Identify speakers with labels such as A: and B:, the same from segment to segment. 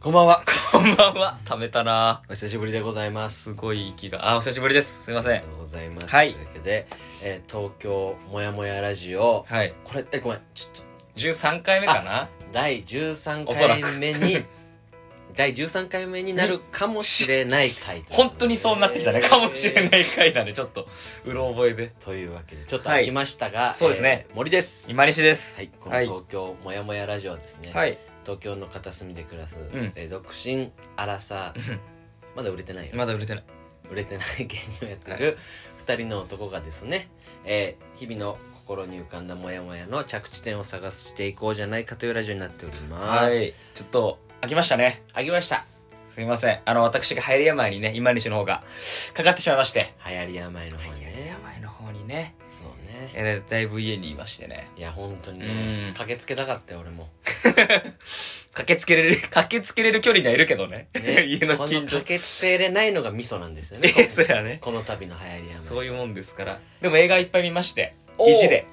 A: こんばんは。
B: こんばんは。貯めたな。
A: お久しぶりでございま
B: す
A: す。
B: ごい息が。あ、お久しぶりです。すいませ
A: あ
B: ん
A: りが。とうございます。
B: はい
A: というわけで、えー東京もやもやラジオ。
B: はい。
A: これ、え、ごめん、ちょっ
B: 13回目かな
A: と、第13
B: おそら
A: 回
B: く
A: 目に、第13回目になるかもしれない回。
B: 本当にそうなってきたね。かもしれ
A: い。
B: ない回だね。ちょっと、うろ覚えで。
A: というわけで、ちょっと飽きましたが、
B: そうですね
A: えー森です。
B: 今西です。
A: はい、この
B: はい。
A: 東京もやもやラジオはですね、
B: はい。
A: 東京の片隅で暮らす、
B: ん
A: えー独身、荒
B: ん、
A: さまだ売れてないよ。
B: まだ売れてない。
A: 売れてない芸人をやってる2人の男がですね、えー日々の心に浮かんだモヤモヤの着地点を探していこうじゃないかというラジオになっております。
B: は。い。ちょっと、開きましたね。
A: あげました。
B: すいません。あの、私が流行り病にね、今西の方が、かかってしまいまして。
A: 流行り病の方にね。
B: 病の方にね。
A: そうね。
B: えー、だいぶ家にいましてね。
A: いや、本当に
B: う
A: ね
B: ん、
A: 駆けつけたかったよ、俺も。
B: 駆けつけれる、 駆けつけれる距離にはいるけどね。
A: ね
B: 家の
A: こ
B: 近
A: の
B: 所
A: 駆。けつけれないのがミソなんですよね。
B: え、それはね。
A: この度の流行り病。
B: そういうもんですから。でも映画いっぱい見まして。
A: おー
B: 意地で。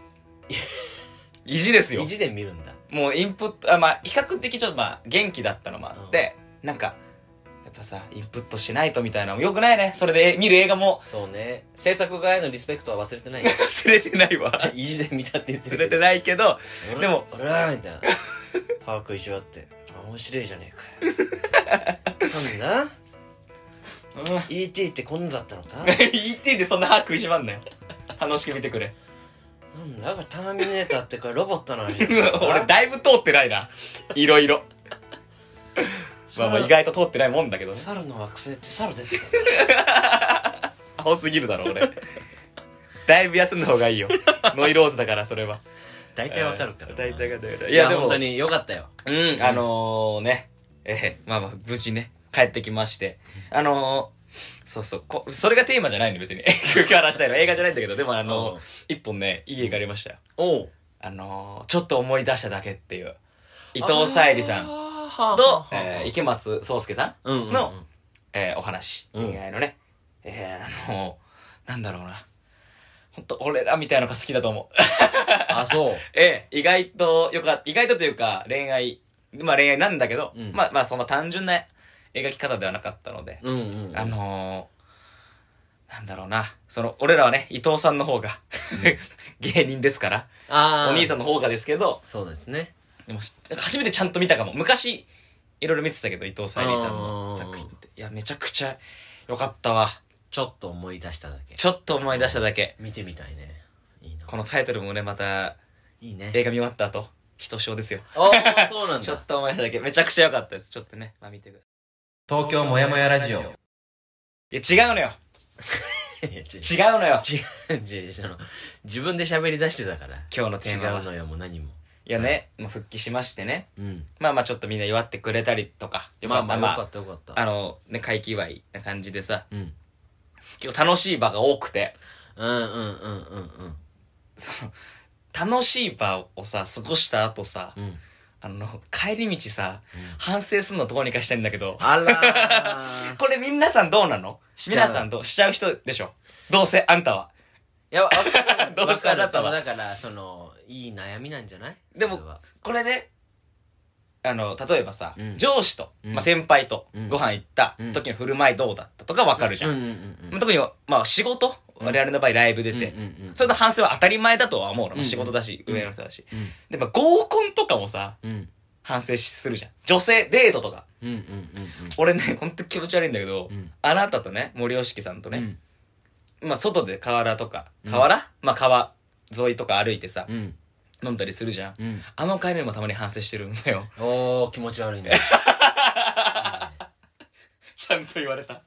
B: 意地ですよ
A: 意。地で見るんだ。
B: もうインプット、あまあ、比較的ちょっとまあ、元気だったのもあって、なんか、やっぱさ、インプットしないとみたいなのもよくないね。それでえ見る映画 も
A: そうね。制作側へのリスペクトは忘れてな いよ。
B: 忘れてないわ。
A: 意地で見たって言って
B: 忘
A: る
B: れ
A: け
B: て
A: ど
B: ないけど、
A: 俺
B: でも
A: 俺らみたいな 歯食いしばって面白いじゃねえかよなんだ ET ってこんなだったのか
B: ET でそんな歯食いしばんなよ。楽しく見てくれ。
A: なんだこれターミネーターってこれロボットの 話
B: 俺だいぶ通ってないな。いろいろ。まあまあ意外と通ってないもんだけどね。
A: 猿の惑星って猿出てくる
B: 青すぎるだろ俺だいぶ休んだ方がいいよノイローズだからそれは
A: 大体わかるから
B: 大体
A: い
B: が大体い
A: や
B: やで
A: 本
B: も
A: 当によかったよ
B: うんあのー、ねえー、まあまあ無事ね帰ってきましてあのー、そうそうこそれがテーマじゃないの別に 今日話したいの映画じゃないんだけどでもあの
A: うん
B: ー、一本ねいい映画ありましたよ
A: おう
B: あのー、ちょっと思い出しただけっていう伊藤沙莉さんと
A: と、
B: えー池松壮亮さん
A: うんうんうん
B: のえーお話、
A: うん
B: 恋愛のね、えーあのーなんだろうな。ほんと、俺らみたいのが好きだと思う。
A: あそう
B: ええ、意外とよかった、意外とというか、恋愛、まあ恋愛なんだけど、
A: うん
B: まあまあそんな単純な描き方ではなかったので、
A: うんうん
B: あのーなんだろうな。その、俺らはね、伊藤さんの方が、 芸人ですから、
A: あ
B: お兄さ
A: ん
B: んの方がですけど、
A: そうですね
B: でもし初めてちゃんと見たかも。昔、いろいろ見てたけど、伊藤沙莉さんの作品って。いや、めちゃくちゃ良かったわ。
A: ちょっと思い出しただけ
B: ちょっと思い出しただけ。
A: 見てみたいねいいな
B: このタイトルもね、また、
A: いいね
B: 映画見終わった後、ひとしおですよ。
A: おーそうなん
B: ちょっ
A: だ
B: と思い出しただけ。めちゃくちゃ良かったです。ちょっとね、まあ見てくだ
A: 東京もやもやラジオ
B: さい。いや、違うのよ。違うのよ。
A: 違う違う違うその自分で喋り出してたから
B: 今日のテーマは。
A: 違う
B: い
A: のよもう何も
B: やね、もう復帰しましてね。
A: うん
B: まあまあちょっとみんな祝ってくれたりとか。よ
A: ま
B: か
A: あ
B: っ
A: まあ
B: たま
A: よか
B: あ、
A: ったよかった
B: あの、ね、会期祝いな感じでさ、
A: うん
B: 結構楽しい場が多くて、
A: うんうんうんうん
B: その、楽しい場をさ、過ごした後さ、
A: うんうん
B: あの、帰り道さ、反省すんのどうにかしたいんだけど、
A: あ らー
B: これ皆さんどうなの
A: しちゃう
B: 皆さんどうしちゃう人でしょどうせあんたは。
A: いやわかる
B: どうせ
A: わか
B: あ
A: る
B: なた
A: そ
B: は
A: うだからそのいい悩みなんじゃない
B: でも
A: それは
B: これね、あの、例えばさ、
A: うん
B: 上司と、
A: うん
B: まあ、先輩と
A: うん
B: ご飯行った時の振る舞いどうだったとかわかるじゃん。
A: うんうんうん
B: まあ特に、まあ仕事、我々の場合ライブ出て、
A: うんうんうん
B: それの反省は当たり前だとは思うの。
A: うん
B: 仕事だし、
A: うん
B: 上の人だし。
A: うん
B: で、まあ合コンとかもさ、
A: うん
B: 反省するじゃん。女性、デートとか。
A: うんうんうん
B: 俺ね、ほんと気持ち悪いんだけど、
A: うん
B: あなたとね、森吉さんと
A: う
B: ね、
A: ん
B: まあ、外で河原とか、
A: うん
B: 河原、まあ、川沿いとか歩いてさ
A: う、ん
B: 飲んだりするじゃん。
A: うん
B: あの帰りもたまに反省してるんだよ。
A: おー気持ち悪いね
B: ちゃんと言われた。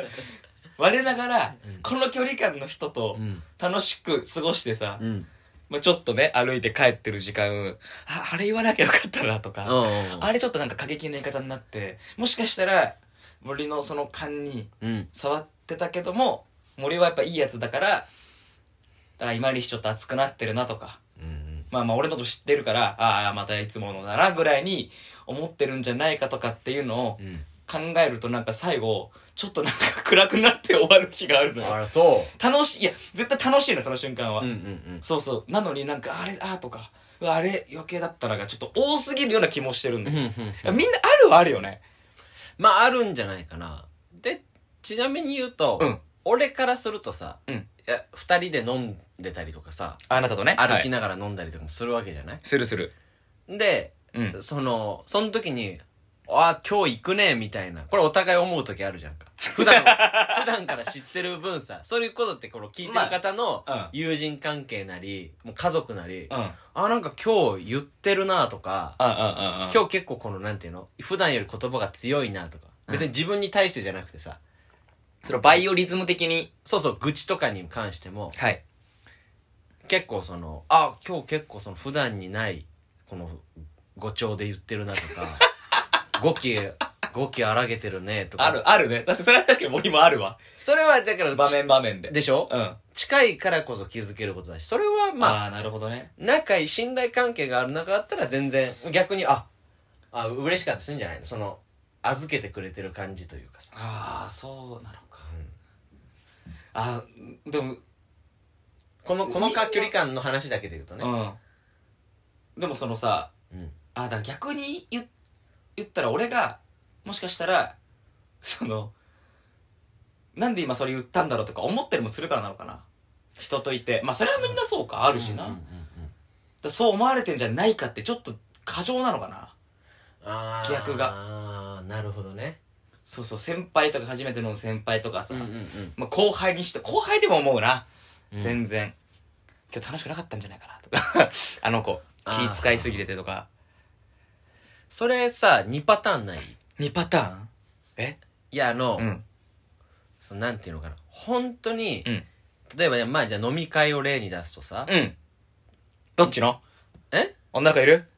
B: 我ながら、この距離感の人と
A: うん
B: 楽しく過ごしてさ、
A: うん
B: まあ、ちょっとね、歩いて帰ってる時間、あ、あれ言わなきゃよかったなとか、
A: おうおうおう
B: あれちょっとなんか過激な言い方になって、もしかしたら、森のその勘に
A: うん
B: 触ってたけども、森はやっぱいいやつだから、あ、今にしちょっと熱くなってるなとか、
A: うんうん
B: まあまあ俺のこと知ってるから、ああ、またいつものだなぐらいに思ってるんじゃないかとかっていうのを
A: うん
B: 考えるとなんか最後、ちょっとなんか暗くなって終わる日があるのよ
A: らそ
B: 楽しいいや絶対楽しいのその瞬間は、
A: うんうんうん
B: そうそうなのになんかあれあーとかうわあれ余計だったらがちょっと多すぎるような気もしてるんだよ、みんなあるはあるよね
A: まああるんじゃないかなでちなみに言うと、
B: うん
A: 俺からするとさ、
B: うん
A: いや2人で飲んでたりとかさ
B: あなたとね
A: 歩き
B: な
A: ながら飲んだりとかもするわけじゃない、
B: するする
A: で
B: うん
A: そのその時に「あ今日行くね」みたいなこれお互い思う時あるじゃんか普 段普段から知ってる分さそういうことってこの聞いてる方の
B: まあうん
A: 友人関係なりもう家族なり、
B: うんうんうんうん
A: あなんか今日言ってるなとか
B: 今
A: 今日結構このなんていうの普段より言葉が強いなとか別に自分に対してじゃなくてさ、
B: そのバイオリズム的に
A: そうそう愚痴とかに関しても
B: はい
A: 結構そのあ今日結構その普段にないこの語調で言ってるなと か語気語気荒げてるねとか
B: あるあるね確かにそれは確かに森もあるわ
A: それはだから
B: 場面場面で
A: ちでしょ、
B: うんあ
A: 近いからこそ気づけることだしそれはまあ
B: あーなるほどね
A: 仲いい信頼関係がある中だったら全然逆にああ嬉しかったりするんじゃないのその預けてくれてる感じというかさ
B: ああそうなのか、あーでも
A: このこのか距離感の話だけで言うとね、
B: うんでもそのさ
A: うん
B: あだから逆に言言ったら俺がもしかしたらそのなんで今それ言ったんだろうとか思ったりもするからなのかな人といてまあそれはみんなそうかあるしな、
A: うんうんう
B: だ
A: ん
B: か
A: うん
B: らそう思われてんじゃないかってちょっと過剰なのかな
A: あー
B: 逆が
A: あーなるほどね
B: そうそう先輩とか初めての先輩とかさ、
A: ん
B: まあ、後輩にして後輩でも思うな、
A: うん
B: 全然今日楽しくなかったんじゃないかなとか あの子気使いすぎててとか
A: それさ2パターンない
B: 2パターンえ
A: いやあの、
B: うん
A: そのなんていうのかな本当に、
B: うん
A: 例えばねまあじゃあ飲み会を例に出すとさ、
B: うんどっちの
A: え
B: 女の子いる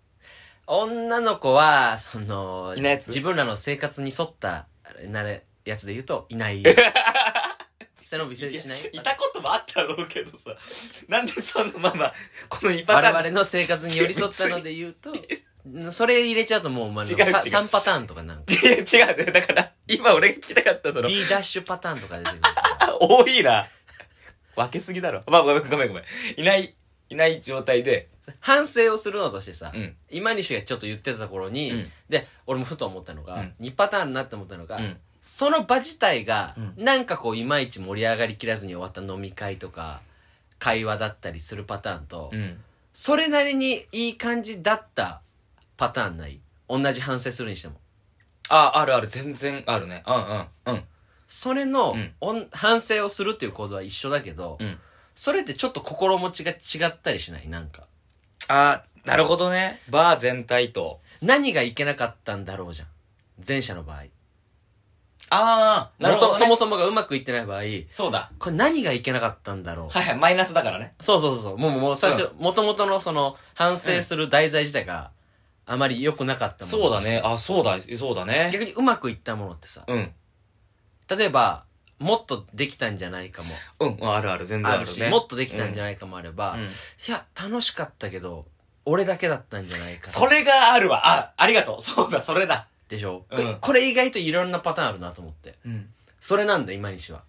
A: 女の子はその
B: いないやつ
A: 自分らの生活に沿ったあれなれやつで言うといない 背伸びせしない
B: いたこともあったろうけどさ なんでそのままこの2パ
A: 我
B: ターン
A: 々の生活に寄り添ったので言うとそれ入れちゃうともうお前の
B: 違う違う
A: 3パターンとかなんか
B: いや 違うねだから今俺が聞きたかったその
A: B ダッシュパターンとか出てくるから
B: あ多いな分けすぎだろまあごめんごめんごめんいないいない状態で
A: 反省をするのとしてさ、
B: うん
A: 今西がちょっと言ってたところに、
B: うん
A: で俺もふと思ったのが、
B: うん
A: 2パターンになって思ったのが、
B: うん
A: その場自体が、
B: う
A: なんかこういまいち盛り上がりきらずに終わった飲み会とか会話だったりするパターンと、
B: ん
A: それなりにいい感じだったパターンない同じ反省するにしても
B: ああるある全然あるねうんうんうん
A: それの、
B: うん
A: おん反省をするっていう行動は一緒だけど、
B: うん
A: それってちょっと心持ちが違ったりしないなんか
B: あなるほどねバー全体と
A: 何がいけなかったんだろうじゃん前者の場合
B: ああなるほど、ね、
A: 元そもそもがうまくいってない場合
B: そうだ
A: これ何がいけなかったんだろう、
B: はいはいマイナスだからね
A: そうそうそうそうもうもう最初もともとのその反省する題材自体があまり良くなかったもの
B: そうだねあそうだそうだね
A: 逆にうまくいったものってさ
B: うん
A: 例えばもっとできたんじゃないかも
B: うんあるある全然あ
A: ある
B: る
A: し
B: ね
A: もっとできたんじゃないかもあれば、
B: うんうん
A: いや楽しかったけど俺だけだったんじゃないか
B: それがあるわ。あ、ありがとう。 そうだ、それだ。
A: でしょ、
B: うん
A: これこれ意外といろんなパターンあるなと思ってそれなんだ今西は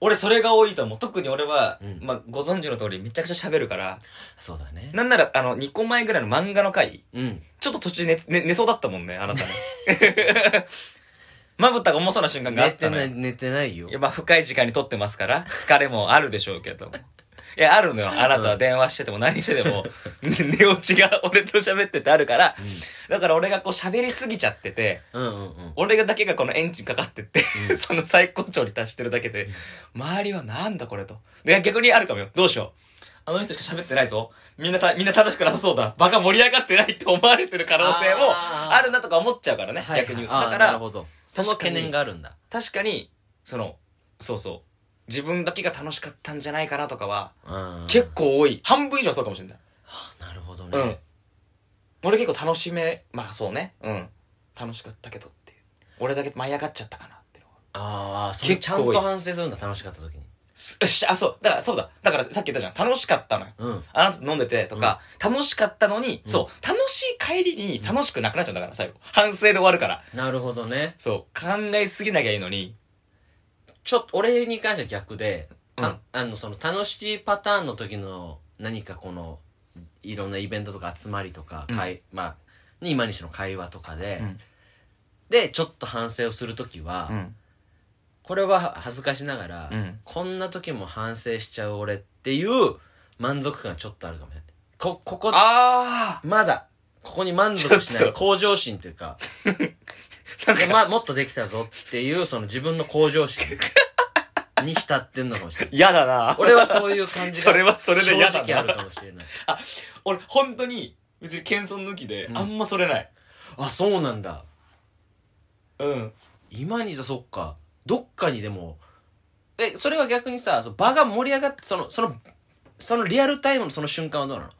B: 俺、それが多いと思う。特に俺は、
A: うん
B: まあ、ご存知の通り、めちゃくちゃ喋るから、
A: そうだね
B: なんなら、あの、2個前ぐらいの漫画の回、
A: うん
B: ちょっと途中寝、寝、寝そうだったもんね、あなたね。 まぶたが重そうな瞬間があ
A: 寝
B: った
A: て
B: の
A: な
B: よ。
A: い寝てないよ
B: いや、まあ、深い時間に撮ってますから、疲れもあるでしょうけども。いや、あるのよ。あなたは電話してても何してても、 ね寝落ちが俺と喋っててあるから、だから俺がこう喋りすぎちゃってて、
A: うんうんうん
B: 俺がだけがこのエンジンかかってって、 その最高潮に達してるだけで、周りはなんだこれと。で、逆にあるかもよ。どうしよう。あの人しか喋ってないぞ。みんなた、みんな楽しくなさそうだ。バカ盛り上がってないって思われてる可能性も
A: あー
B: あるなとか思っちゃうからね。
A: はい
B: 逆に言う。
A: あー
B: だか
A: なる
B: ら、
A: ほどその懸念があるんだ
B: 確かに、その、そうそう。自分だけが楽しかったんじゃないかなとかは、
A: うん
B: 結構多い。半分以上はそうかもしれない。
A: あなるほど
B: う
A: ね、
B: ん。俺結構楽しめ、まあそうね。うん。楽しかったけどっていう。俺だけ舞い上がっちゃったかなっていうのは
A: ああそれち
B: 結
A: ゃ
B: 構
A: ん
B: 多い
A: と反省するんだ楽しかった時に
B: す よしあ、そう。だから、そうだ。だから、さっき言ったじゃん。楽しかったのよ。
A: うん
B: あなたと飲んでてとか、楽しかったのに、そう。楽しい帰りに楽しくなくなっちゃうんだから、最後。反省で終わるから。
A: なるほどね
B: そう。考えすぎなきゃいいのに、
A: ちょっと俺に関しては逆で、た
B: うん
A: あのその楽しいパターンの時の何かこのいろんなイベントとか集まりとか、
B: うん
A: 会まあに今にしろの会話とかで、
B: うん
A: でちょっと反省をする時は、
B: うん
A: これは恥ずかしながら、
B: うん
A: こんな時も反省しちゃう俺っていう満足感がちょっとあるかもしれないこここ
B: あ
A: まだここに満足しな
B: ちょっ
A: い
B: と
A: 向上心というか
B: あ なん
A: いや
B: か
A: まあ、もっとできたぞっていう、その自分の向上心 に浸ってんのかもしれない。
B: 嫌だな
A: 俺はそういう感じが、
B: それはそれで嫌だな
A: 正直あるかもしれない。
B: 俺本当に別に謙遜抜きで
A: うん
B: あんまそれない
A: あ、そうなんだ。
B: うん
A: 今にじゃそっか。どっかにでも、え、それは逆にさ、その場が盛り上がって、その、その、そのリアルタイムのその瞬間はどうなの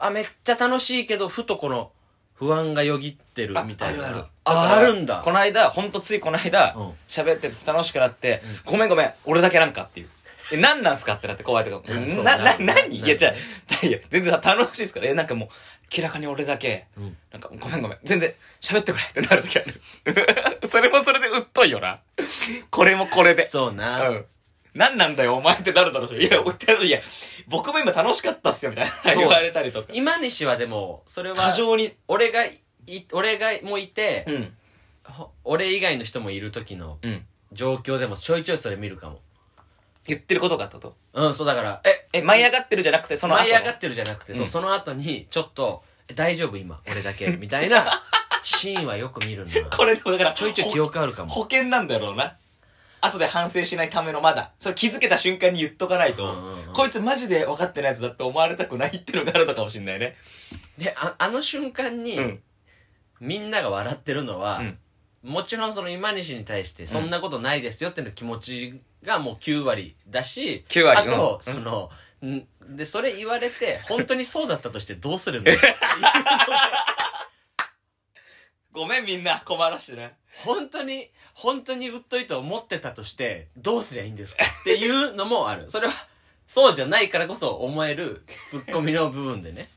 A: あ、めっちゃ楽しいけど、ふとこの不安がよぎってる
B: あ
A: みたいな。
B: あるある
A: あ、あ
B: だから
A: るんだ
B: こ。の間ほんとついこの間
A: うん
B: 喋ってて楽しくなってごめんごめん俺だけなんかっていうえ何なんすかってなって怖いとか
A: そう
B: な
A: な
B: な
A: る
B: 何い
A: なる
B: やじゃあいや全然楽しいですからえなんかもう明らかに俺だけ
A: うん
B: なんかごめんごめん全然喋ってくれってなる時ある それもそれでうっといよなこれもこれで
A: そうな。
B: うん。何なんだよ、お前ってなるだろうし。いや、おっていや、僕も今楽しかったっすよ、みたいな。
A: そう
B: 言われたりとか。
A: 今西はでも、それは、
B: 過剰に。
A: 俺がい、俺がもいて、
B: うん。
A: ほ俺以外の人もいる時の
B: うん。
A: 状況でもちょいちょいそれ見るかも
B: 言ってることがあったと。
A: うんそうだからえ
B: え、え、舞い上がってるじゃなくて、その後
A: 舞い
B: の。
A: 上がってるじゃなくて、そう
B: うん
A: その後にちょっと「え大丈夫今 俺だけ」みたいなシーンはよく見るな
B: これでもだから、
A: ちょいちょい記憶あるか
B: 保
A: も
B: 険なんだろうな。後で反省しないためのまだ。それ気づけた瞬間に言っとかないと、
A: うんうんうん
B: こいつマジで分かってないやつだって思われたくないっていうのがあるのかもしんないね。
A: でああの瞬間に、
B: うん。
A: みんなが笑ってるのは、
B: うん
A: もちろんその今西に対して「そんなことないですよ」っていうの気持ちがもう9割だし
B: 9割
A: あと、
B: うん
A: その、んでそれ言われて本当にそうだったとしてどうする んですかっていうのが
B: ごめんみんな、困らしてね。
A: 本当に本当に売っといと思ってたとしてどうすりゃいいんですかっていうのもあるそれはそうじゃないからこそ思えるツッコミの部分でね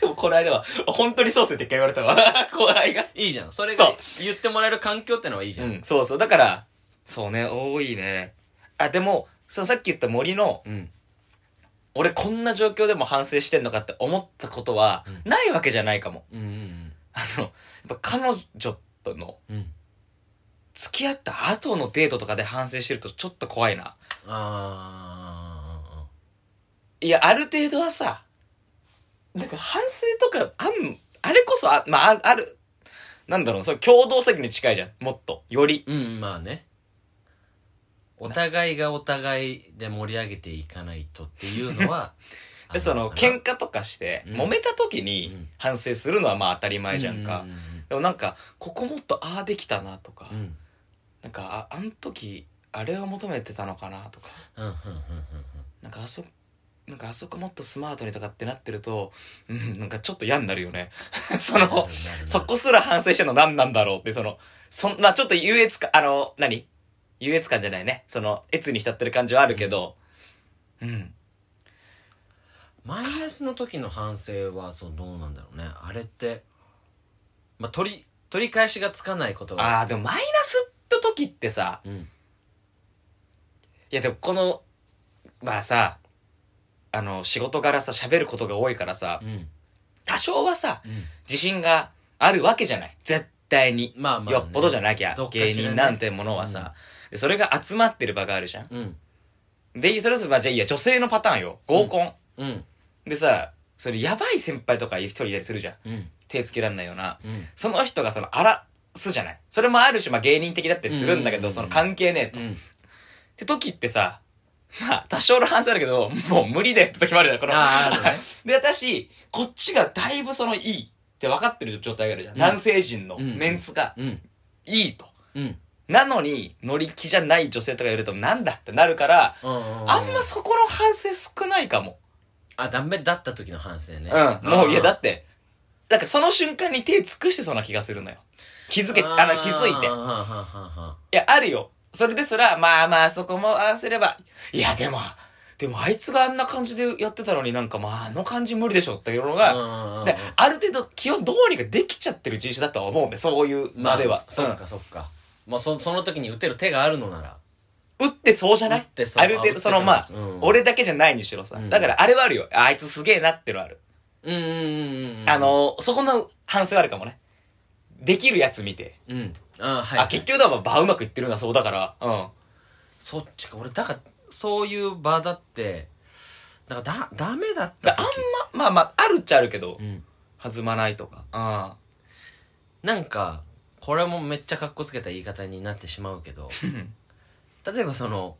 B: でもこの間は、本当にそうっすよって一回言われたわ。 後輩が。
A: いいじゃんそれが
B: そう
A: 言ってもらえる環境ってのはいいじゃん、
B: うん、そうそう。だから、そうね、多いね。あ、でも、そのさっき言った森の、
A: うん
B: 俺こんな状況でも反省してんのかって思ったことは、
A: う
B: ないわけじゃないかも。
A: うんうん
B: あの、やっぱ彼女との、
A: うんうん
B: 付き合った後のデートとかで反省してるとちょっと怖いな。
A: あ
B: いや、ある程度はさ、なんか反省とか、あん、あれこそあ、まあ、あある、なんだろう、それ共同責任に近いじゃん。もっと、より。
A: ーうんまあねお互いがお互いで盛り上げていかないとっていうのは
B: でその、
A: けん
B: 喧嘩とかして、
A: うん
B: 揉めた時
A: う
B: に
A: ん
B: 反省するのはまあ当たり前じゃんか。
A: うん
B: でもなんかここもっとああできたなとか、
A: うんうん
B: なんかああん時あれを求めてたのかなとか
A: うんうんうん
B: なんかあそなんかあそこもっとスマートにとかってなってるとうんなんかちょっと嫌になるよね そ
A: うんうんなるなる
B: の
A: なる
B: そこすら反省してるの何なんだろうってそのそんなちょっと優越感あの何優越感じゃないねその越に浸ってる感じはあるけどうん
A: マイナスの時の反省はそうどうなんだろうねあれって、まあ、取り取り返しがつかないことが
B: ああでもマイナスの時ってさ
A: うん
B: いやでもこのまあさあの仕事柄さ喋ることが多いからさ
A: うん、
B: 多少はさ
A: うん、
B: 自信があるわけじゃない絶対に、
A: まあまあ、ね、
B: よっぽどじゃなきゃ
A: どっかしらね
B: 芸人なんてものはさ、でそれが集まってる場があるじゃん
A: うん
B: でそれぞれまあじゃあいいや女性のパターンよ合コン、
A: うん
B: でさそれやばい先輩とか一人いたりするじゃん
A: うん
B: 手つけらんないような
A: うん
B: その人がその荒すじゃないそれもあるし、まあ、芸人的だったりするんだけど、
A: うん
B: その関係ねえと、
A: う
B: っ
A: ん
B: て時ってさまあ多少の反省あるけどもう無理だよって時もあるじゃんこの
A: あああるね
B: で、私、こっちがだいぶそのいいって分かってる状態があるじゃん。
A: うん
B: 男性陣の
A: うん
B: メンツが
A: うん
B: いいと。
A: うん
B: なのに、乗り気じゃない女性とかいるとなんだってなるから、あ
A: あ
B: んまそこの反省少ないかも。
A: あダメだった時の反省ね
B: うん。もう、いや、だ
A: っ
B: って、なんかその瞬間に手尽くしてそうな気がするのよ。気づけ、あの、気づいて。い
A: はんはんはんはん
B: や、あるよ。それですら、まあまあ、そこも合わせれば、いや、でも、でもあいつがあんな感じでやってたのになんかまあ、あの感じ無理でしょっていうのが、
A: うんうんうん
B: で、ある程度気をどうにかできちゃってる人種だとは思うね、そういう
A: ま
B: ま
A: あ
B: では。
A: そっ
B: うん
A: かそっか、まあ、そその時に打てる手があるのなら
B: 打ってそうじゃな
A: 打っ
B: い
A: てそう
B: ある程
A: あ打っ
B: 度、
A: てた
B: その、まあ、
A: うん
B: 俺だけじゃないにしろさ。
A: うん
B: だから、あれはあるよ。あいつすげえなってのはある。
A: うんうんうんうん
B: あ、の、そこの反省はあるかもね。できるやつ見て。
A: うん。あはい、
B: あ、結局だ、まあ、場うまくいってるな、そうだから。うん。
A: そっちか。俺、だから、そういう場だって、だからだ、ダメだっ
B: だ
A: た
B: あん
A: 時。
B: ま、まあまあ、あるっちゃあるけど
A: う、ん。
B: 弾まないとか。あ
A: なんか、これもめっちゃかっこつけた言い方になってしまうけど、例えばその、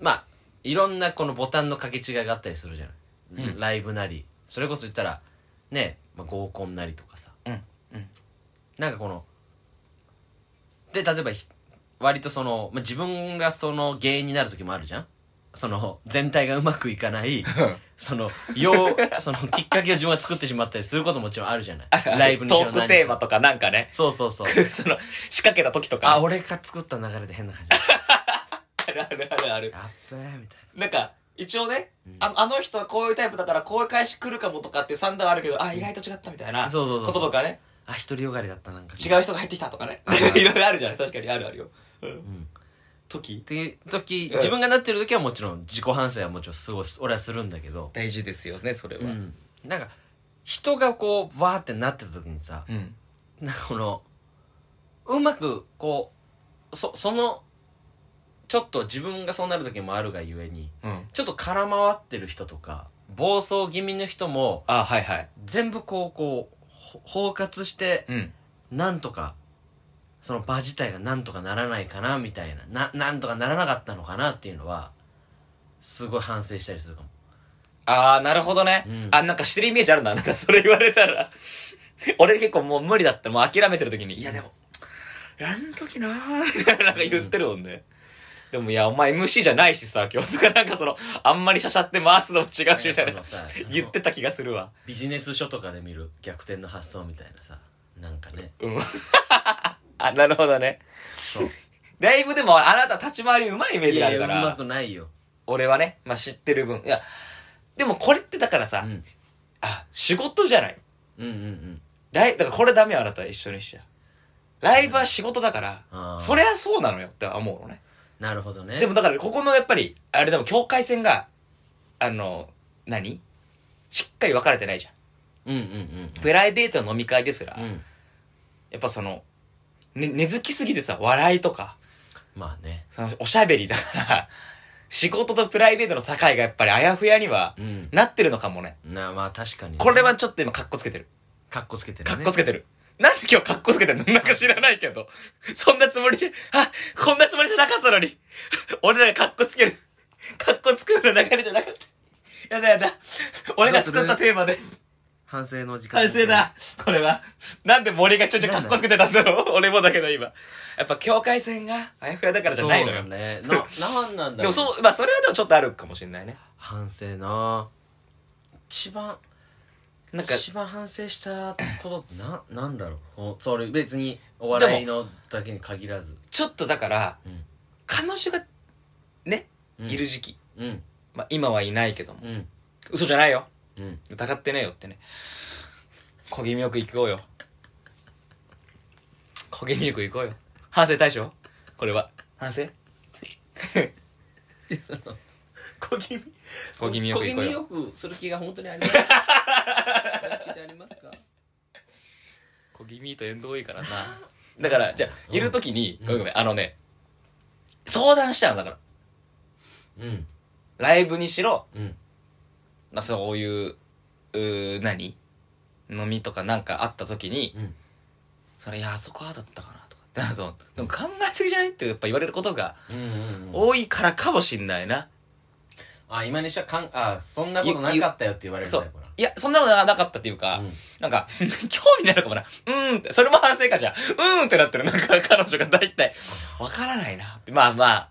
A: まあ、いろんなこのボタンの掛け違いがあったりするじゃ
B: う
A: ない、
B: ん
A: ライブなり、それこそ言ったら、ね、まあ、合コンなりとかさ、
B: あ。うん。うん。
A: なんかこの、で、例えばひ、割とその、まあ、自分がその原因になる時もあるじゃんその、全体がうまくいかない、その、よう、その、きっかけを自分が作ってしまったりすることももちろんあるじゃない ライブにし
B: ト
A: ろ
B: ー
A: 何にしろ
B: クテーマとかなんかね。
A: そうそうそう。
B: その、仕掛けた時とか。
A: あ、俺が作った流れで変な感じ。
B: あるあるあるある。
A: やっべーみたい
B: なんか、一応ね、ああの人はこういうタイプだからこういう返し来るかもとかって算段あるけど、あ、意外と違ったみたいな。
A: そうそうそうそう
B: こととかね。
A: な。あ、独りよがりだったなんか。
B: 違う人が入ってきたとかね。 いろいろあるじゃない確かにあるあるよ。うん。時
A: っていう時、
B: うん
A: 自分がなってる時はもちろん自己反省はもちろんすごいす、俺はするんだけど、
B: 大事ですよね、それは。
A: うんなんか、人がこう、わーってなってた時にさ、
B: うん。
A: なんかこの、うまく、こう、そ、その、ちょっと自分がそうなる時もあるがゆえに、
B: うん。
A: ちょっと空回ってる人とか、暴走気味の人も、
B: あ、はいはい。
A: 全部こう、こう、ほ包括して、
B: うん。
A: なんとか、その場自体がなんとかならないかな、みたいな。な、なんとかならなかったのかなっていうのは、すごい反省したりするかも。
B: あー、なるほどね。
A: うん
B: あ、なんかしてるイメージあるな。なんかそれ言われたら。 俺結構もう無理だって、もう諦めてる時に、いやでも、やんときなー みたいななんか言ってるもんね。でもいや、お前 MC じゃないしさ、今日とかなんかその、あんまりしゃしゃって回すのも違うし、みた
A: そ
B: い
A: の
B: な。
A: さ、その
B: 言ってた気がするわ。
A: ビジネス書とかで見る逆転の発想みたいなさ、なんかね。
B: うん。あ、なるほどね。
A: そう。
B: だ いぶでもあなた立ち回りうまいイメー
A: い
B: ジがあ
A: やい
B: る
A: や、
B: か
A: うま
B: ら、
A: くないよ。
B: 俺はね、まあ知ってる分。いや、でもこれってだからさ、
A: うん。
B: あ、仕事じゃない。
A: うんうんうん。
B: ライだからこれダメよあなた一緒にしちゃライブは仕事だから、
A: あー
B: そりゃそうなのよって思うのね
A: なるほどね。
B: でも、だからここのやっぱりあれでも境界線があの何しっかり分かれてないじゃん、
A: うんうんうん。
B: プライベートの飲み会ですら、
A: う
B: や
A: ん。
B: っぱその、ね、根付きすぎてさ笑いとか
A: まあね。
B: そのおしゃべりだから仕事とプライベートの境がやっぱりあやふやには
A: うん。
B: なってるのかもね
A: な、まあ確かにね、
B: これはちょっと今カッコつけてる
A: かっこつけてる
B: か
A: ね。
B: っこつけてる。なんで今日かっこつけてんのなんか知らないけど。そんなつもりじゃ、 あ、こんなつもりじゃなかったのに。 俺らがかっこつける。かっこつくの流れじゃなかった。やだやだ。俺が作ったテーマで。
A: 反省の時間。
B: 完成。だ。これは。なんで森がちょいちょいかっこつけてたんだろ う俺もだけど今。やっぱ境界線があやふやだからじ
A: そ
B: ゃ
A: う
B: ないの
A: だ
B: よ。
A: ね。な、 なんなんだろう。
B: でもそう、まあそれはでもちょっとあるかもしれないね。
A: 反省な一番、
B: なんか、
A: 一番反省したことってな、なんだろう。おそれ別にお笑いのだけに限らず。
B: ちょっとだから、
A: うん
B: 彼女が、ね、
A: うん
B: いる時期。
A: うん。
B: まあ今はいないけども。
A: うん。
B: 嘘じゃないよ。
A: うん。
B: 疑ってねえよってね小気味よく行こうよ小気味よく行こうよ反省対象これは反省
A: 小気味。
B: 小気味よく行こうよ
A: くする気が本当にありますか本気でありますか
B: 小気味と遠慮多いからなだからじゃあいる時に、ごめんごめんあのね相談しちゃうんだから
A: うん。
B: ライブにしろ、
A: うん。
B: まあ、そういううー何飲みとかなんかあった時に
A: うん。
B: それいやあそこああだったかなとかってなるとでも考えすぎじゃないってやっぱ言われることが
A: うんうんうん、
B: 多いからかもしんないな、
A: あ今にしはかんあそんなことなかったよって言われるタ
B: そ
A: イ
B: う
A: プな。
B: いや、そんなことなかったっていうか、
A: うん
B: なんか、 興味ないのかもな。うーんって、それも反省かじゃん。うーんってなってる。なんか、 彼女が大体、わからないなって。まあまあ、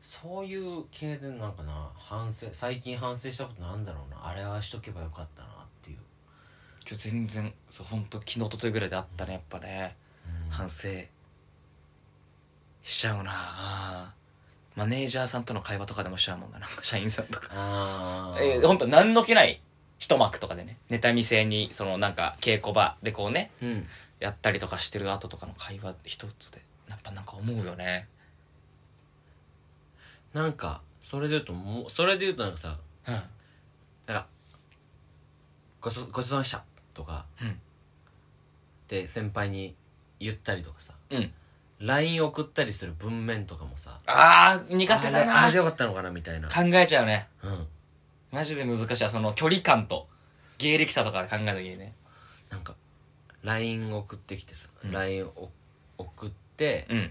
A: そういう系でなんかな反省最近反省したことなんだろうなあれはしとけばよかったなっていう、
B: 今日全然、そう、ほんと昨日、一昨日ぐらいであったね、やっぱね。反省、しちゃうなあマネージャーさんとの会話とかでもしちゃうもんな。なんか、社員さんとか。
A: あー
B: えー、ほんと、何の気ない一幕とかでね。ネタ見せに、その、なんか、稽古場でこうね、
A: うん
B: やったりとかしてる後とかの会話一つで、やっぱなんか思うよね。
A: なんかそれで言うともうそれで言うとなんかさ
B: うん
A: なんかごちそうごちそうさまでしたとかって先輩に言ったりとかさ
B: うん
A: LINE 送ったりする文面とかもさ
B: あー苦手だ
A: あれあ
B: な
A: れで
B: 考
A: よかったのかなみたいな
B: えちゃうね
A: うん
B: マジで難しいわその距離感と芸歴差とか考えた時にね
A: なんか LINE 送ってきてさ、
B: うん
A: LINE を送って、
B: うん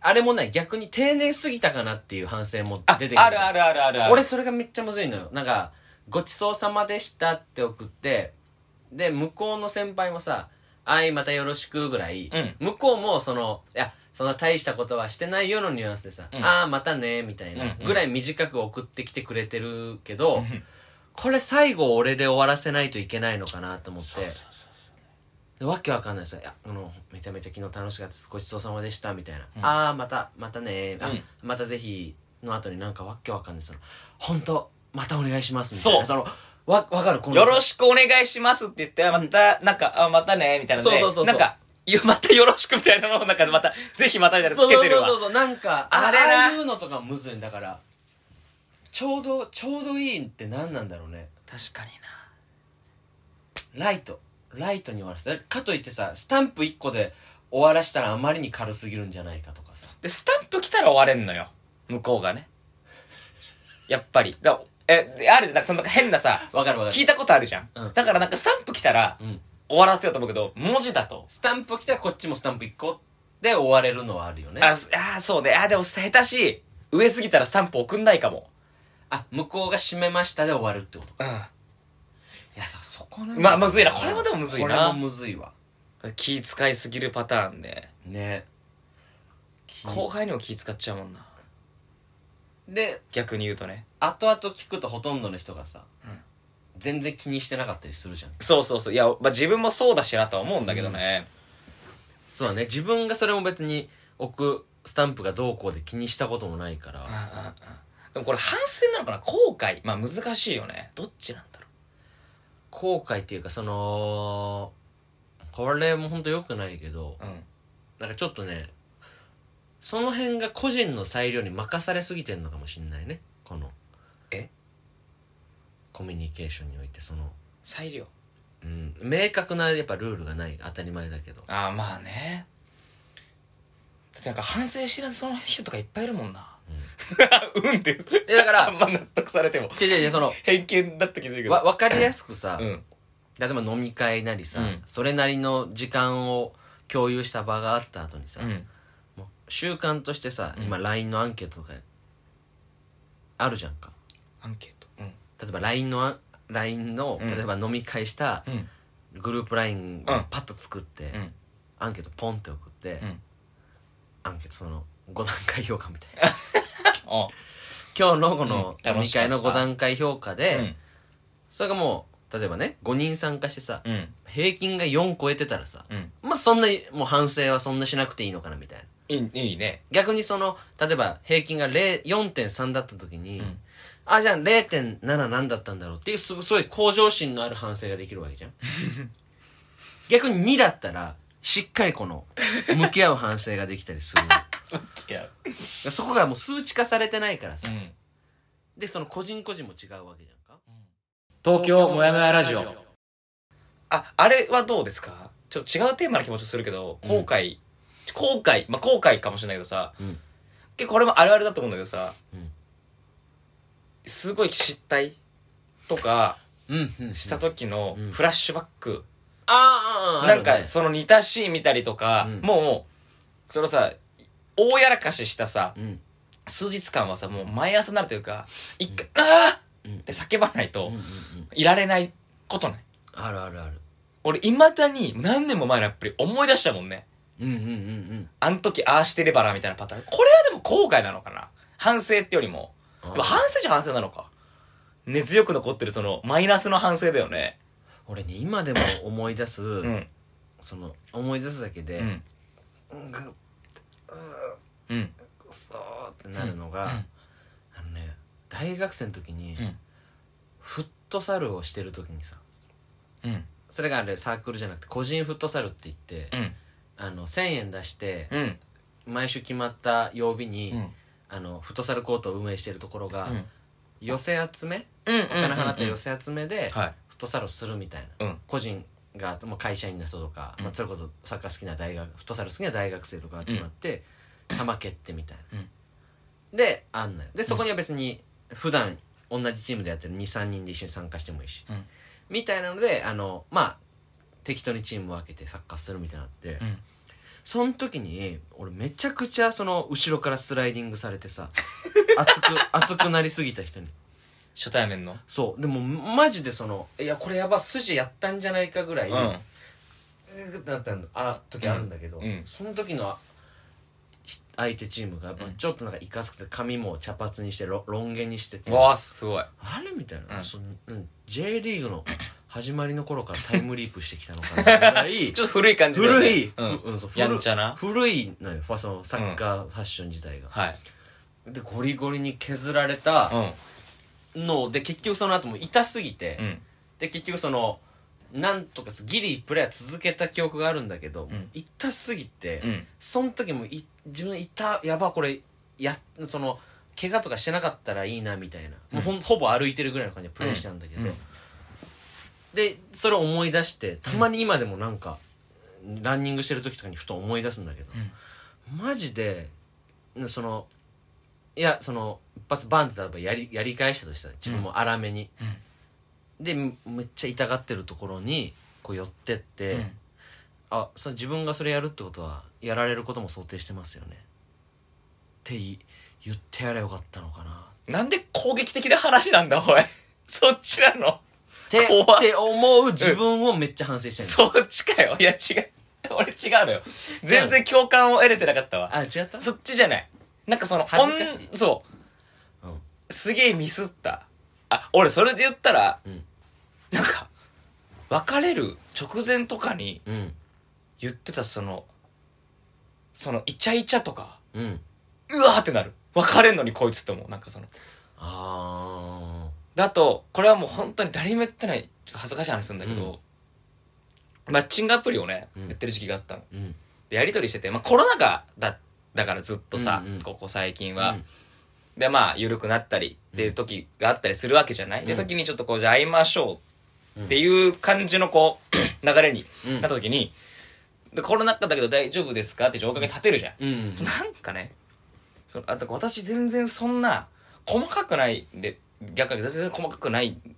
A: あれもね逆に丁寧すぎたかなっていう反省も
B: あ
A: 出て
B: あるあるあるあるある
A: 俺それがめっちゃむずいのよなんか「ごちそうさまでした」って送ってで向こうの先輩もさ「はいまたよろしく」ぐらい、
B: うん
A: 向こうもその「いやそんな大したことはしてないよ」のニュアンスでさ「
B: うん
A: ああまたね」みたいな
B: うんうん
A: ぐらい短く送ってきてくれてるけど、
B: うん
A: これ最後俺で終わらせないといけないのかなと思ってでわけわかんないですよいやあのめちゃめちゃ昨日楽しかったですごちそうさまでした」みたいな「
B: うん
A: ああまたまたねあ、
B: うん
A: またぜひ」の後になんかわけわかんないその「本当またお願いします」みたいな
B: そ
A: のわわかるこの
B: よろしくお願いしますって言って、あまた、なんか、あまたね、みたいなので
A: そうそうそうそう
B: なんか、いやまたよろしくみたいなのを、なんか、また、ぜひまたみたいなの
A: そ
B: つけ
A: うそう
B: てるわ。
A: そうそうそうなんかあ
B: あれ
A: あ
B: な
A: あいうのとかむずいんだからちょうどちょうどいいって何なんだろうね
B: 確かに
A: ライトライトに終わらせたかといってさスタンプ1個で終わらしたらあまりに軽すぎるんじゃないかとかさ
B: な。で、スタンプ来たら終われんのよ。向こうがね。やっぱり。だえ、であるじゃん。なんか、そのなんか変なさ、
A: わかるわか
B: 聞
A: る
B: いたことあるじゃん。
A: うん
B: だからなんか、スタンプ来たら、
A: うん
B: 終わらせようと思うけど、文字だと。
A: スタンプ来たらこっちもスタンプ1個で終われるのはあるよね
B: あ、すあーそうね。あー、でも、下手し、上すぎたらスタンプ送んないかも。
A: あ向こうが閉めましたで終わるってことか
B: うん。
A: いやだからそこなんだよ
B: まあむずいなこれもでもむずいな
A: これもむずいわ
B: 気使いすぎるパターンで。
A: ね
B: 後
A: こ
B: 輩にも気使っちゃうもんな。
A: で
B: 逆に言うとね。
A: 後々聞くとほとんどの人がさ、
B: うん
A: 全然気にしてなかったりするじゃん
B: そうそうそう。いや、まあ、自分もそうだしなとは思うんだけどね。
A: そうだね自分がそれも別に置くスタンプがどうこうで気にしたこともないから、
B: うんうんうんでもこれ反省なのかな後悔。まあ難しいよね。どっちなんだろ
A: 後悔っていうかそのこれも本当良くないけど
B: う。うん。
A: なんかちょっとねその辺が個人の裁量に任されすぎてんのかもしんないねこの
B: え
A: コミュニケーションにおいてその、
B: 裁量。
A: うん、明確なやっぱルールがない当たり前だけど
B: ああ、まあね。だってなんか反省してるその人とかいっぱいいるもんな。 うんって。
A: えだか
B: あ
A: ら
B: んま納得されても。
A: 違う違う違うその
B: 偏見だったけどいいけど。
A: わ分かりやすくさ、
B: うん。
A: 例えば飲み会なりさ、
B: うん
A: それなりの時間を共有した場があった後にさ、
B: うん。
A: もう習慣としてさ、
B: うん
A: 今 LINE のアンケートとかあるじゃんか
B: アンケート。う
A: 例えば LINE のあ LINE の、
B: うん
A: 例えば飲み会した
B: ん。うん。
A: グループ LINE を
B: うん
A: パッと作って、
B: うん。
A: アンケートポンって送って、
B: うん
A: アンケートその5段階評価みたいな
B: あ、
A: 今日のこの
B: うん
A: 飲み会の
B: 楽しか
A: 5
B: った
A: 段階評価
B: う
A: で、
B: ん。
A: それがもう例えばね5人参加してさ、
B: うん。
A: 平均が4超えてたらさ、
B: うん。
A: まあそんなもう反省はそんなしなくていいのかなみたいない
B: い、いいね。
A: 逆にその例えば平均が0 4.3だった時に、
B: うん
A: あじゃあ0.7何だったんだろうっていうすごすごい向上心のある反省ができるわ けじゃん逆に2だったらしっかりこの向き合う反省ができたりする
B: いや。
A: そこがもう数値化されてないからさ
B: うん。
A: でその個人個人も違うわけじゃんか
B: 東京もやもやラジオ。あ、あれはどうですかちょっと違うテーマな気持ちをするけど、後悔、後悔、まあ、後悔かもしれないけどさ、
A: うん
B: 結構これもあるあるだと思うんだけどさ、
A: うん
B: すごい失態とか
A: うん、うん、
B: した時の
A: うん
B: フラッシュバック、
A: あーあーあー
B: なん
A: ある
B: か
A: ね
B: その似たシーン見たりとか、
A: うん
B: もう、そのさ、大やらかししたさ、
A: うん
B: 数日間はさ、もう毎朝になるというか、一回、あ
A: うん
B: ーって叫ばない
A: うん
B: と
A: うんうん、
B: いられないことない。
A: あるあるある
B: 俺、未だに何年も前のアプリ思い出したもんね。
A: うんうんうんうん
B: あの時ああしてればな、みたいなパターン。これはでも後悔なのかな反省ってよりも。
A: あ
B: で
A: ー
B: も反省じゃ反省なのか。根強く残ってるそのマイナスの反省だよね。
A: 俺ね今でも思い出す、
B: うん。
A: その思い出すだけで、
B: うん。
A: うん、ぐっ
B: うん。
A: くそーってなるのが、
B: うん
A: あのね大学生の時に、
B: うん
A: フットサルをしてる時にさ
B: うん。
A: それがあれサークルじゃなくて個人フットサルって言って、
B: うん。
A: あの1,000円出して、
B: うん。
A: 毎週決まった曜日に、
B: うん。
A: あのフットサルコートを運営しているところが、
B: うん
A: 寄せ集め
B: うん
A: お金払った寄せ集めで
B: はい
A: フットサルをするみたいな、
B: うん
A: 個人が、まあ、会社員の人とか、
B: うん
A: まあ、それこそサッカー好きな大学フットサル好きな大学生とか集まって、玉蹴ってみたいな、であんのよでそこには別に普段同じチームでやってる23人で一緒に参加してもいいし、
B: うん
A: みたいなのであのまあ適当にチーム分けてサッカーするみたいなのあって、
B: うん
A: その時に俺めちゃくちゃその後ろからスライディングされてさ熱く熱くなりすぎた人に
B: 初対面の
A: そうでもマジでそのいやこれやば筋やったんじゃないかぐらい、
B: う
A: グッてなったのあ時あるんだけど、
B: うんうん
A: その時のひ相手チームがやっぱちょっとなんかいかつくて髪も茶髪にしてロロン毛にしてて
B: んわあすごい
A: あれみたいな、
B: うん
A: そのうん J リーグの始まりの頃からタイムリープしてきたのかなぐらい
B: ちょっと古い感じだよね
A: 古い、
B: うん
A: ふうんそう古
B: やんちゃな
A: 古いのよファそのサッカーファッション自体が、
B: はい
A: でゴリゴリに削られた
B: う
A: ので結局その後も痛すぎて、
B: んうん
A: で結局そのなんとかギリプレーは続けた記憶があるんだけど、
B: ん
A: 痛すぎて、
B: うん
A: その時もい自分痛やばこれやその怪我とかしてなかったらいいなみたいな、もうほんほぼ歩いてるぐらいの感じでプレーしたんだけど、
B: うんうん
A: でそれを思い出してたまに今でもなんか、ランニングしてる時とかにふと思い出すんだけど、マジでそのいやその一発バンって例えばやりやり返したとしたら自分も荒めに、でむむっちゃ痛がってるところにこう寄ってって、
B: うん
A: あそ自分がそれやるってことはやられることも想定してますよねってい言ってやればよかったのかなっ
B: なんで攻撃的な話なんだおい そっちなの
A: て
B: 怖っ
A: って思う自分をめっちゃ反省したいんだ
B: そっちかよいや違う俺違うのよ全然共感を得れてなかったわ
A: あ違った
B: そっちじゃないなんかその
A: 恥ずかしい
B: おんそう
A: うん
B: うすげえミスったあ俺それで言ったら
A: うん
B: なんか別れる直前とかに
A: うん
B: 言ってたそのそのイチャイチャとか
A: うん
B: うわーってなる別れんのにこいつって思うなんかその
A: あ
B: であと、これはもう本当に誰にも言ってない、ちょっと恥ずかしい話するんだけど、マッチングアプリをね、
A: うん
B: やってる時期があったの。
A: ーうん
B: で、やりとりしてて、まあコロナ禍だ、だからずっとさ、
A: うんうん
B: ここ最近は。
A: うん
B: で、まあ、緩くなったりっていう時があったりするわけじゃない、で、
A: うん
B: 時にちょっとこう、じゃあ会いましょうっていう感じのこう、 流れに
A: うん
B: なった時に、で、コロナ禍だけど大丈夫ですかっておかげ立てるじゃん。
A: うんうん
B: なんかね、そのあだから私全然そんな、細かくないんで、逆に全然細かくないん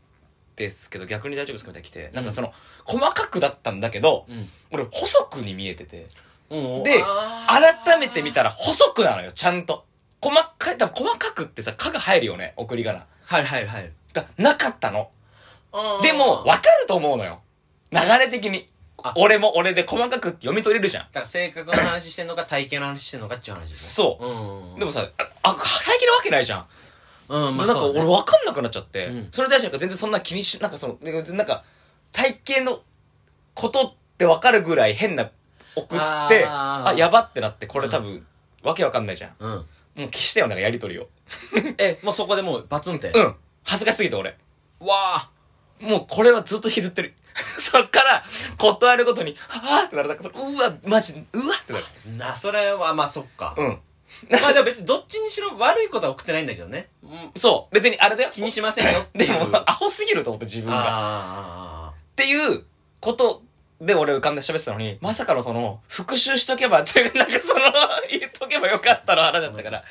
B: ですけど、逆に大丈夫ですかみたいに来て、なんかその、細かくだったんだけど、俺細くに見えてて、
A: うん
B: で
A: あー
B: 改めて見たら細くなのよ、ちゃんと。細かい、多分細かくってさ、かが入るよね、送り仮名。
A: はいはいはい
B: が、なかったの。でも、
A: だ
B: わかると思うのよ。流れ的に
A: あ。
B: 俺も俺で細かくって読み取れるじゃん。
A: から性格の話してんのか体型の話してんのかっていう話ですね
B: そうう。
A: んうん
B: でもさ、あ、あ、最近なわけないじゃん。
A: うんまあ
B: なんか
A: そうだ
B: 俺
A: ね
B: 分かんなくなっちゃって、
A: うん
B: それに対してなんか全然そんな気にし、なんかその、でなんか、体型のことって分かるぐらい変な、送って、
A: あ
B: あ
A: ー
B: やばってなって、これ多分、わけわかんないじゃん。
A: うん
B: もう消したよ、なんかやりとりを。
A: えもうそこでもうバツンって
B: うん。恥ずかしすぎて俺。
A: わあ
B: もうこれはずっと引きずってる。 そっから、断るごとに、はぁーってなる。なんかそのうわ、マジ、うわってなる。
A: なそれはまあそっか、
B: うん。
A: まあじゃあ別にどっちにしろ悪いことは送ってないんだけどね、うん、
B: そう。別にあれだよ。
A: 気にしません よってい
B: で
A: う
B: も、アホすぎると思って自分が。
A: あ
B: っていうことで俺浮かんで喋ってたのに、まさかのその、復習しとけば っていう、なんかその、言っとけばよかったの話だったから、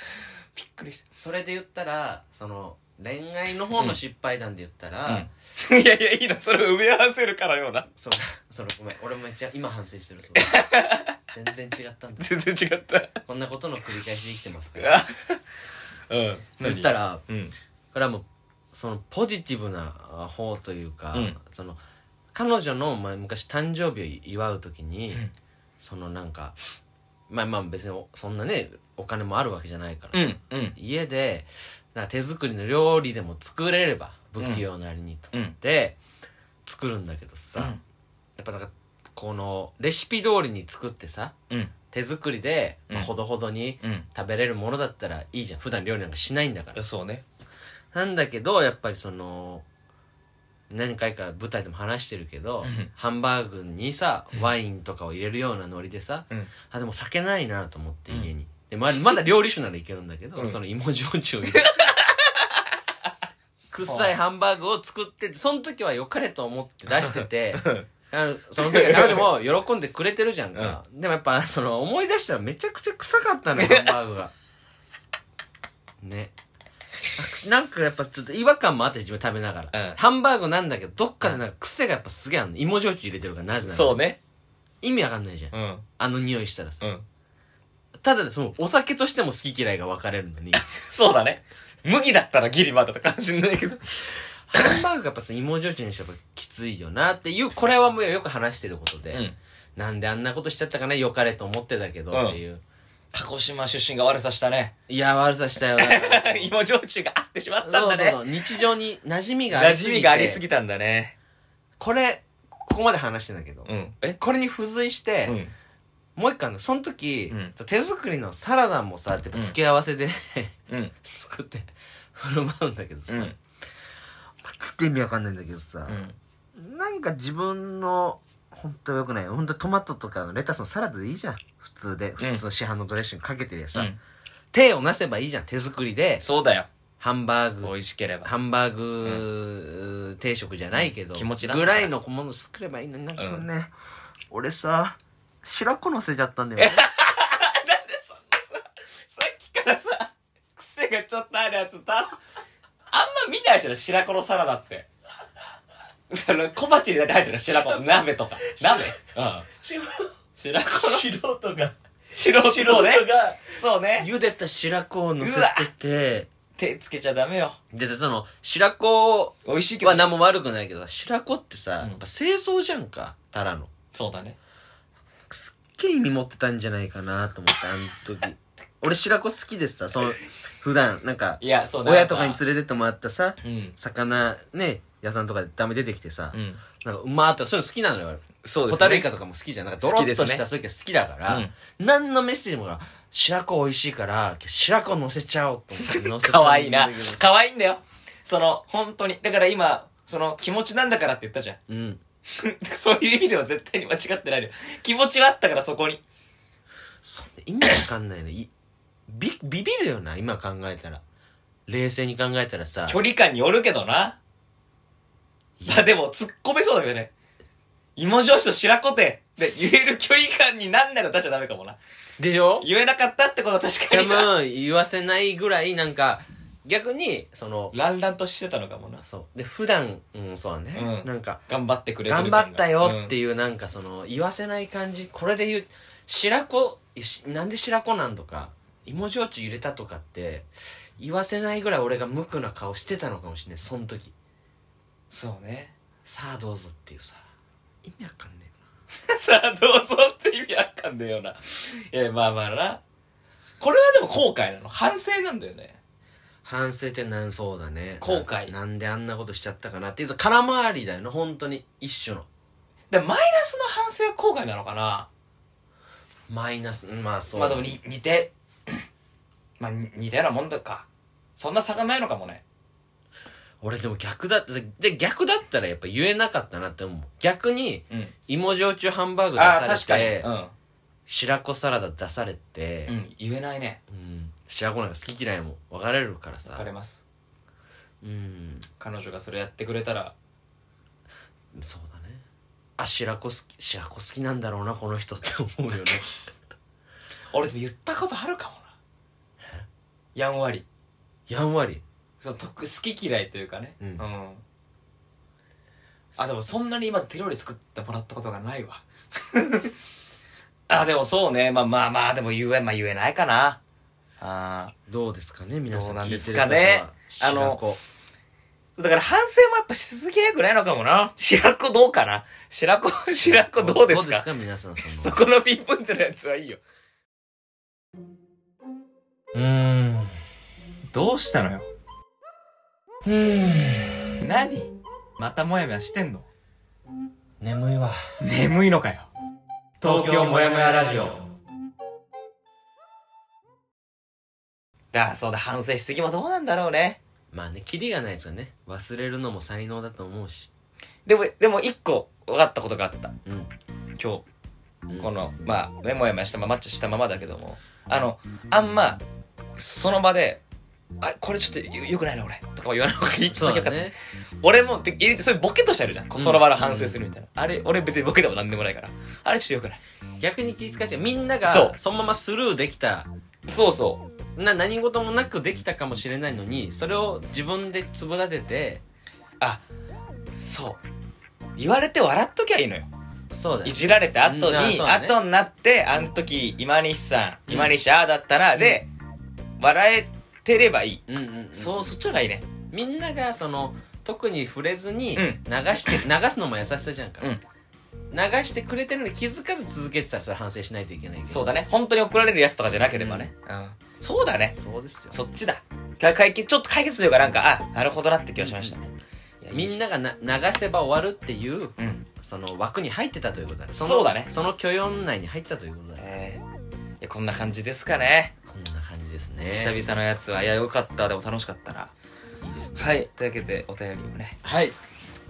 B: びっくりし
A: ーそれで言ったらその恋愛の方の失敗談で言った
B: た。
A: ら、
B: うん。いやいや、いいな、それを埋め合わせるからような。
A: そう そのごめん俺めっちゃ今反省して るそれ全然違ったんだ
B: 全然違った。
A: こんなことの繰り返しで生きてますから
B: あ うん。
A: 言った
B: ら。
A: ら
B: うん。
A: これはもうそのポジティブな方というか、
B: うん
A: その彼女の、まあ、昔誕生日を祝う時に、
B: ん
A: そのなんかまあまあ別にそんなねお金もあるわけじゃないから
B: う
A: さ、
B: ん。うん。
A: 家でなんか手作りの料理でも作れれば不器用なりにと
B: うん
A: 思って、作るんだけどさ、
B: うん
A: やっぱなんかこのレシピ通りに作ってさ
B: うん。
A: 手作りで、まあ
B: うん
A: ほどほどに
B: うん。
A: 食べれるものだったらいいじゃん普段料理なんかしないんだから
B: そうね。
A: なんだけどやっぱりその何回か舞台でも話してるけど、
B: うん
A: ハンバーグにさワインとかを入れるようなノリでさ、
B: うん。
A: あでも酒ないなと思って
B: うん
A: 家に、でままだ料理酒ならいけるんだけど、
B: うん
A: その芋焼酎を 入れて臭いハンバーグを作っててその時は良かれと思って出しててあのその時は彼女も喜んでくれてるじゃんか、でもやっぱその思い出したらめちゃくちゃ臭かったのよハンバーグがねあなんかやっぱちょっと違和感もあって自分食べながら、
B: うん
A: ハンバーグなんだけどどっかでなんか癖がやっぱすげえあるの芋焼酎入れてるからなぜなら
B: そうね。
A: 意味わかんないじゃん、
B: うん。
A: あの匂いしたらさ
B: うん。
A: ただそのお酒としても好き嫌いが分かれる のに
B: そうだね。麦だったらギリまだとかもしんないけど。
A: ハンバーグがやっぱさ芋焼酎にしてやっぱきついよなっていうこれはもうよく話してることで、
B: うん
A: なんであんなことしちゃったかな良かれと思ってたけどっていう、
B: 鹿児島出身が悪さしたね。
A: いや悪さしたよ な
B: 芋焼酎が合ってしまったん
A: そう
B: だ
A: そう
B: ね
A: そ。う日常に馴染みがあ
B: 馴
A: りすぎ
B: 染
A: て
B: みがありすぎたんだね。
A: これここまで話してんだけど、
B: うん。え
A: これに付随して、
B: うん。
A: もう一回のその時、
B: うん
A: 手作りのサラダもさやっぱ付け合わせで、
B: うん。
A: 作って振る舞うんだけどさ、
B: うん。
A: ちょっと意味わかんないんだけどさ、なんか自分の本当よくない本当トマトとかのレタスのサラダでいいじゃん普通で普通の市販のドレッシングかけてるやつさ、
B: うん
A: 手をなせばいいじゃん手作りで
B: そうだよ。
A: ハンバーグ
B: 美味しければ。
A: ハンバーグ定食じゃないけど、
B: 気持ちだ
A: ぐらいのもの作ればいいのになんかそのね、俺さ白子のせちゃったんだよね
B: さっきからさ、癖がちょっとあるやつ出す。あんま見ないでしょ、白子のサラダって。その、小鉢にだけ入ってるの、白子の鍋とか。鍋うん。
C: 素
B: 白子の。
C: 素人が
B: 白
C: 素人が
B: ね。そうね。
A: 茹でた白子をのせてて
B: 手つけちゃダメよ。
A: でさその白子を
B: 美味しいけど
A: は。何も悪くないけど白子ってさ、
B: うん
A: やっぱ清掃じゃんかたらの
B: そうだね。
A: すっげえ意味持ってたんじゃないかなと思ってあの時俺白子好きで さその普段なんか
B: いや、そう
A: 親とかに
B: れ
A: 連れてってもらったさ
B: うん。
A: 魚ね屋さんとかでダメ出てきてさ、
B: うん。
A: なんかうまーとかそういうの好きなのよ俺
B: そうですね。
A: ホタルイカとかも好きじゃんなんかドロ
B: 好きで
A: ッ
B: す
A: と
B: ね
A: したそういう系好きだから、
B: うん
A: 何のメッセージもな白子美味しいから白子乗せちゃおうと思って乗せ た
B: かわいいな
A: うんだけどさ。
B: かわいいんだよ。その、本当に。だから今、その、気持ちなんだからって言ったじゃん。
A: うん
B: そういう意味では絶対に間違ってないのよ。気持ちはあったからそこに。
A: そんな意味わかんないね。いビ、ビビるよな、今考えたら。冷静に考えたらさ、
B: 距離感によるけどな。まあでも、突っ込めそうだけどね。芋上司と白子てで言える距離感になんなら出ちゃダメかもな。
A: でしょ
B: 言えなかったってことは確か
A: 多
B: にな。
A: 分言わせないぐらい、なんか、逆に、その、
B: ランランとしてたのかもな。
A: そう。で、普段、うん、そうだね。
B: うん
A: なんか、
B: 頑張ってくれて
A: 頑
B: る感が
A: 張ったよっていう、なんかその、言わせない感じ。これで言う、白子、しなんで白子なんとか、芋焼酎入れたとかって、言わせないぐらい俺が無垢な顔してたのかもしれない、その時。
B: そうね。
A: さあどうぞっていうさ、意味わかんねえ な。
B: さあ、どうぞって意味あったんだよな。いや、まあまあな。これはでも後悔なの。反省なんだよね。
A: 反省ってなんそうだね
B: 後悔
A: ななんであんなことしちゃったかなっていうと空回りだよね本当に一種の
B: でマイナスの反省は後悔なのかな。
A: マイナスうんまあそう
B: まあでもに似て、 まあに似たようなもんだか。そんな差がないのかもね。
A: 俺でも逆だってで逆だったらやっぱ言えなかったなって思う逆に
B: うん。
A: 芋焼酎ハンバーグ出
B: ああ、
A: さ
B: 確かに。
A: れて
B: う
A: 白子サラダ出されて
B: ん。うん。言えないね。
A: うん白子なんか好き嫌いも分かれるか
B: わ
A: ら
B: か
A: さ
B: ります。
A: うん
B: 彼女がそれやってくれたら、
A: そうだねあ白子好き白子好きなんだろうなこの人って思 うよね
B: 俺でも言ったことあるかもな。やんわり。
A: やんわり
B: その得好き嫌いというかね。
A: うん
B: あ、でもそんなにまず手料理作ってもらったことがないわ。 あ、でもそうね。まあまあまあ、でも言え、まあ言えないかな。ああ。
A: どうですかね皆さん
B: どうなん
A: 聞
B: で
A: いて
B: す
A: る方
B: かね
A: は
B: あの
A: 白子
B: そうだから反省もやっぱしすぎやくないのかもな。白子どうかな白子、白子どうですか
A: 皆さんそ
B: そ
A: の
B: このピンポイントのやつはいいよ。
A: うーんう
B: どうしたのよ
A: ーん
B: 何またもやもやしてんの
A: 眠いわ
B: 眠いのかよ。
A: 東京もやもやラジオ
B: だ、そうだ、反省しすぎもどうなんだろうね。
A: まあねキリがないですよね忘れるのも才能だと思うし
B: でも、でも一個分かったことがあった。
A: うん
B: 今日。
A: うん
B: この、まあ、ね、もやもやしたまま、マッチしたままだけども。あの、あんま、その場で、あ、これちょっとよよくないな、俺。とかは言わない方がいい。
A: そう
B: よかった
A: だね
B: 俺も、で、芸人ってそういうボケとしてあるじゃん。こうその場で反省するみたいな。あれ、俺別にボケでもなんでもないから。あれちょっとよくない。
A: 逆に気遣っちゃうみんなが
B: そう
A: そのままスルーできた
B: そうそう。
A: な何事もなくできたかもしれないのにそれを自分でつぶ立てて
B: あ、そう。言われて笑っときゃいいのよ。
A: そうだ
B: い
A: よ
B: じられた後
A: うん
B: に、
A: あそうだね
B: 後になって、あの時、今西さん、
A: うん
B: 今西ああだったな、で、笑えてればいい。
A: うんうんうん
B: そう、そっちの方がいいね。
A: みんながその特に触れずに
B: う
A: 流
B: ん
A: して、流すのも優しさじゃんか、
B: うん
A: 流してくれてるのに気づかず続けてたらそれ反省しないといけないけど
B: そうだね。本当に怒られるやつとかじゃなければね。うん。そうだね。
A: そうですよ
B: そっちだ。か解決、ちょっと解決というかなんか、あ、なるほどなって気がしましたね。いや
A: みん、ながな流せば終わるっていう
B: いいうん。
A: その枠に入ってたということだその
B: そうだね
A: その許容内に入ってたということだ
B: えー、いやこんな感じですかね。
A: こんな感じですね
B: 久々のやつは、いや、よかった、でも楽しかったな。
A: いいですね
B: はい。というわけで、お便りをね、
A: はい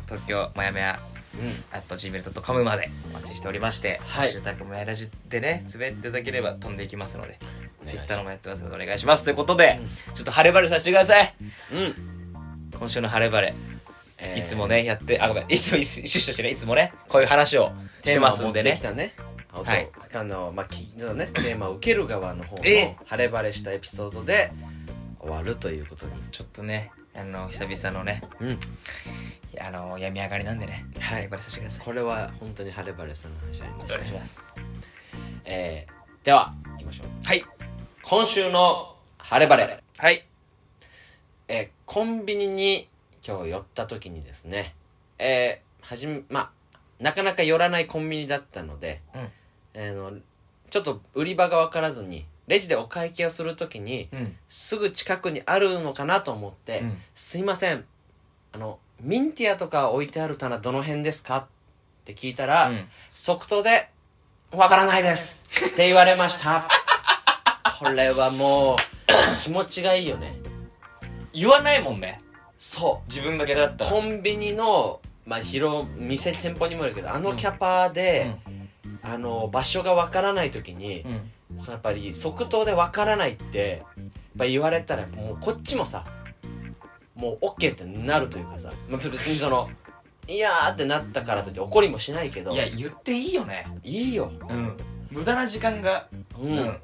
B: 東京もやもや
A: うん
B: あと gmail.com までお待ちしておりまして、
A: はい
B: ハッシュタグもやらじでね、つぶやいていただければ飛んでいきますので、
A: ます
B: Twitter のもやってますのでお願いします。ということで、ちょっと晴れ晴れさせてください。
A: うん、
B: 今週の晴れ晴れ、
A: えー
B: いつもね、やって、あ、ごめん、いつも、いつ趣旨としてね、いつもね、こういう話をし
A: テ
B: て
A: ーマ
B: ま
A: を
B: す
A: 持っ
B: んで
A: て
B: ね
A: き。たねあと
B: はい
A: あのまあ聞いたねテーマを受ける側の方の
B: え
A: 晴れ晴れしたエピソードで終わるということに
B: ちょっとね、あの、久々のね、
A: うん
B: あの、病み上がりなんでね、晴れ晴れさせてください。
A: これは本当に晴れ晴れする話ありま
B: お
A: し
B: 願いします。
A: たえー、では行きましょう
B: はい。
A: 今週の晴れ晴れ
B: はい。
A: えーコンビニに今日寄った時にですねえー、はじめまあなかなか寄らないコンビニだったので、
B: うん
A: えーのちょっと売り場が分からずにレジでお会計をする時に
B: うん。
A: すぐ近くにあるのかなと思って「
B: うん
A: すいませんあのミンティアとか置いてある棚どの辺ですか?」って聞いたら、
B: うん
A: 即答で「わからないです」って言われました これはもう気持ちがいいよね
B: 言わないもんね。
A: そう
B: 自分が逆だったら。
A: コンビニの、まあ、広店店舗にもよるけどあのキャパで、あの場所がわからない時に
B: う、ん。
A: そのやっぱり即答でわからないってやっぱ言われたらもうこっちもさもう OK ってなるというかさ、まあ、別にその「いやー」ってなったからといって怒りもしないけど
B: いや、言っていいよね。
A: いいよ、
B: うん。無駄な時間が、
A: う
B: うんん。 わ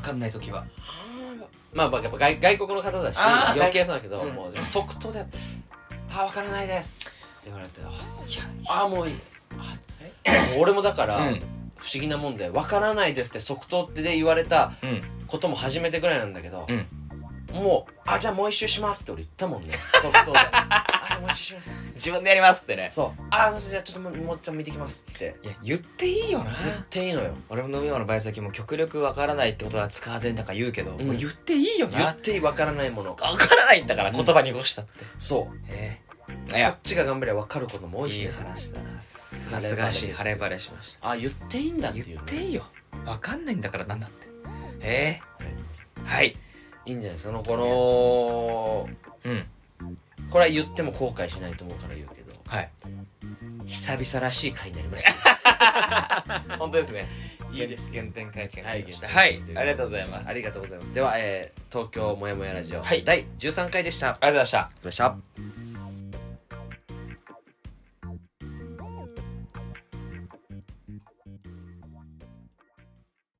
B: かんない時は。
A: まあまあやっぱ外外国の方だし
B: あー
A: 余計そうだけど、
B: うん
A: もう即答で「あーわからないです」って言われて「ああーもういい」あ 俺もだから、
B: うん。
A: 不思議なもんで「わからないです」って即答で言われた
B: うん。
A: ことも初めてぐらいなんだけど、
B: うん
A: もう「あじゃあもう一周します」って俺言ったもん ね即答で「あじゃあもう一周します
B: 自分でやりますって」ね。
A: そう「あじゃあちょっともうもうちょっと見てきます」って
B: いや、言っていいよな。
A: 言っていいのよ
B: 俺も飲み物のバイト先も極力わからないってことは使わずになんか言うけど、
A: うん
B: もう言っていいよ
A: 言
B: な
A: っ。ていいわからないもの
B: わからないんだから、
A: うん
B: 言葉濁したって。
A: そう
B: ええ。い
A: こ
B: や
A: っ、ちが頑張ればわかることも多い
B: い
A: し
B: い
A: ね
B: 話だな。す
A: 晴れ晴れです
B: がしい、晴れ晴れしまし
A: あ言っていいんだ
B: た。
A: っていう
B: 言っ
A: ね
B: ていいよ。わかんないんだからなんだって。ええ。はい。
A: いいんじゃないですかこのこ
B: うん。
A: のこれは言っても後悔しないと思うから言うけど
B: はい。
A: 久々らしい回になりました
B: 本当ですね。
A: いいです
B: 原点会見
A: はい原点
B: は
A: 回
B: い
A: 帰。
B: ありがとうございます。
A: ありがとうございますでは、えー東京もやもやラジオ、
B: はい
A: 第13回でした
B: ありがとうございました。
A: ました。